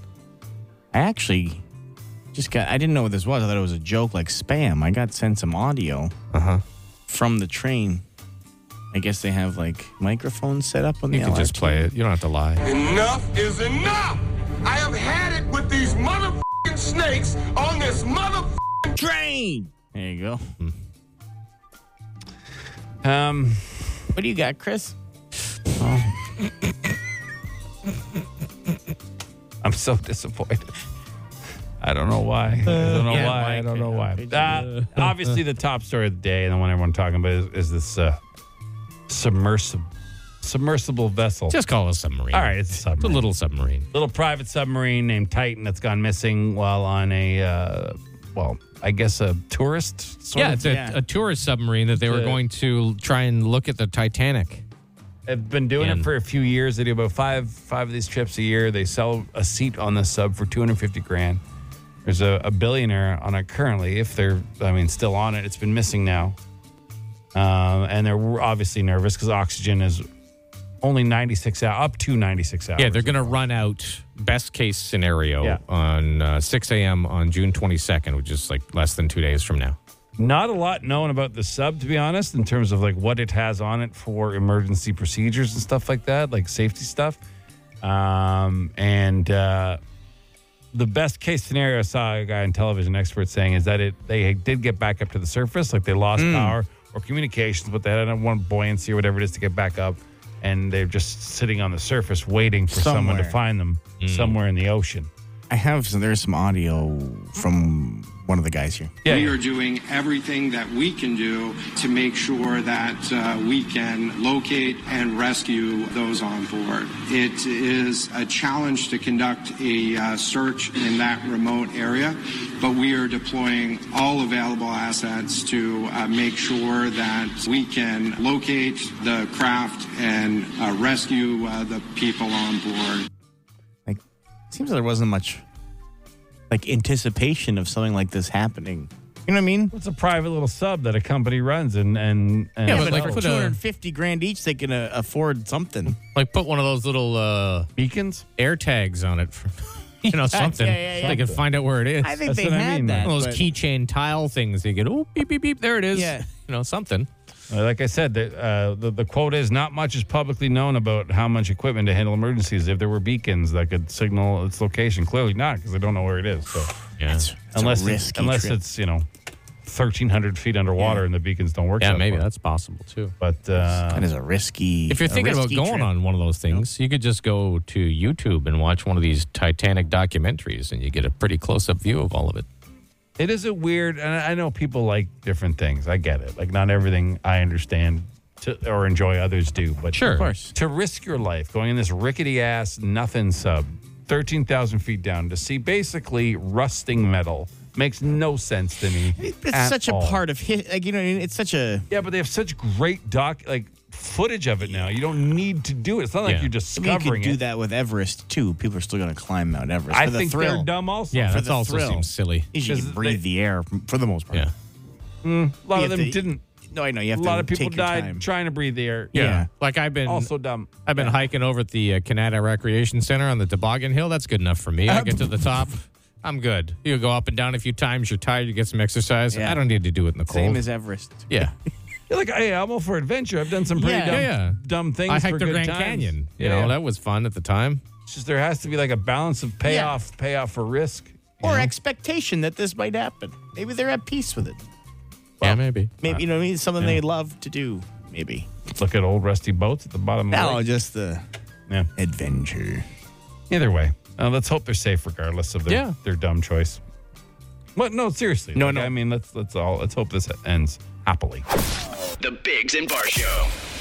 S5: I actually just got, I didn't know what this was. I thought it was a joke like spam. I got sent some audio
S3: Uh-huh.
S5: from the train. I guess they have like microphones set up on
S3: You
S5: the
S3: can just
S5: LRT.
S3: play it. You don't have to lie.
S14: Enough is enough! I have had it with these motherfucking snakes on this motherfucking
S5: train! There you go.
S3: Hmm.
S2: Um,
S5: what do you got, Chris?
S2: I'm so disappointed. I don't know why. I don't know
S5: Yeah,
S2: why.
S5: why
S2: I don't know why.
S5: can't
S2: Uh, obviously, the top story of the day and the one everyone's talking about is, is this uh, submersible submersible vessel.
S3: Just call it a submarine.
S2: All right, it's a
S3: It's a
S2: submarine.
S3: little submarine.
S2: little private submarine named Titan that's gone missing while on a, uh, well, I guess a tourist. Sort
S3: yeah, it's
S2: of?
S3: a, a tourist submarine that they were
S2: a-
S3: going to try and look at the Titanic.
S2: Oh, I've been doing
S3: And-
S2: it for a few years. They do about five five of these trips a year. They sell a seat on the sub for two hundred fifty grand. There's a, a billionaire on it currently. If they're, I mean, still on it. It's been missing now, um, and they're obviously nervous because oxygen is only ninety six hours, up to ninety six hours.
S3: Yeah, they're going to run out. Best case scenario
S2: Yeah.
S3: on uh, 6 a.m. on June 22nd, which is like less than two days from now.
S2: Not a lot known about the sub, to be honest, in terms of like what it has on it for emergency procedures and stuff like that, like safety stuff. Um, and uh, the best case scenario, I saw a guy on television expert saying, is that it they did get back up to the surface, like they lost
S5: Hmm.
S2: power or communications, but they had one buoyancy or whatever it is to get back up, and they're just sitting on the surface waiting for someone to
S5: Somewhere. Hmm.
S2: find them somewhere in the ocean.
S5: I have, so there's some audio from one of the guys here.
S2: Yeah,
S15: we
S2: yeah.
S15: are doing everything that we can do to make sure that uh, we can locate and rescue those on board. It is a challenge to conduct a uh, search in that remote area, but we are deploying all available assets to uh, make sure that we can locate the craft and uh, rescue uh, the people on board.
S5: Seems like there wasn't much like anticipation of something like this happening. You know what I mean?
S2: It's a private little sub that a company runs, and and, and
S5: Yeah, but like
S2: sells.
S5: for
S3: put a-
S5: 250 grand each, they can uh, afford something.
S3: Like put one of those little uh,
S2: beacons,
S3: air tags on it. For, you know, something.
S5: yeah, yeah, yeah.
S3: They can find out where it is.
S5: I think
S2: That's
S5: they
S2: what I
S5: had
S2: mean,
S5: that.
S2: man.
S3: One of
S5: but-
S3: those keychain tile things. You get, oh, beep, beep, beep. There it is.
S5: Yeah.
S3: You know, something.
S2: Uh, Like I said, the, uh, the the quote is not much is publicly known about how much equipment to handle emergencies. If there were beacons that could signal its location, clearly not because they don't know where it is. So
S3: Yeah.
S5: It's a
S2: unless it's,
S5: risky
S2: unless
S5: trip.
S2: it's you know thirteen hundred feet underwater and the beacons don't work.
S3: yeah,
S2: that
S3: maybe
S2: far.
S3: that's possible too.
S2: But uh,
S5: that is a risky.
S3: If you're
S5: a
S3: thinking about
S5: risky
S3: going
S5: trip.
S3: on one of those things, you could just go to YouTube and watch one of these Titanic documentaries, and you get a pretty close-up view of all of it.
S2: it is a weird. And I I know people like different things. I get it. Like not everything I understand to, or enjoy others do. But
S3: Sure. Of
S5: course.
S2: to risk your life going in this rickety ass nothing sub, 13,000 feet down to see basically rusting metal makes no sense to me.
S5: It's
S2: at
S5: such a
S2: all.
S5: part of his. Like you know, what I mean? it's such a.
S2: Yeah, but they have such great doc, like footage of it now. You don't need to do it. It's not like you're
S5: you
S2: discovering
S5: could do
S2: it.
S5: that with Everest too. People are still going to climb Mount Everest.
S2: I
S5: for the
S2: think
S5: thrill.
S2: they're dumb also. Yeah,
S5: For
S2: that's
S5: the
S2: also
S5: thrill.
S2: seems silly.
S5: You
S2: Because
S5: can breathe the air for the most part. Yeah.
S2: Mm, a lot
S5: You
S2: of
S5: have
S2: them
S5: to-
S2: didn't.
S5: No, I know. You have
S2: a
S5: to
S2: lot of people
S5: take your
S2: died
S5: time.
S2: trying to breathe the air.
S3: Yeah. Like I've been
S2: also dumb.
S3: I've been hiking over at the uh, Canada Recreation Center on the Toboggan Hill. That's good enough for me. I get to the top. I'm good. You go up and down a few times. You're tired. You get some exercise. I don't need to do it in the cold.
S5: Same as Everest.
S3: yeah.
S2: You're like, hey, I'm all for adventure. I've done some pretty
S3: Yeah.
S2: dumb,
S3: Yeah, yeah.
S2: dumb things.
S3: I
S2: for
S3: hiked the
S2: good
S3: Grand
S2: times.
S3: Canyon. You
S2: Yeah,
S3: know
S2: yeah.
S3: that was fun at the time.
S2: It's just there has to be like a balance of payoff, payoff for risk.
S5: Or expectation that this might happen. Maybe they're at peace with it.
S3: yeah, maybe.
S5: Maybe you know what I mean. It's Something
S2: Yeah.
S5: they love to do. Maybe.
S2: Look at old rusty boats at the bottom. of the
S5: No,
S2: lake.
S5: just the adventure.
S2: Either way, uh, let's hope they're safe regardless of their
S5: Yeah.
S2: their dumb choice. But no, seriously. No, no. I mean, let's let's all let's hope this ends happily.
S1: The Bigs and Bar Show.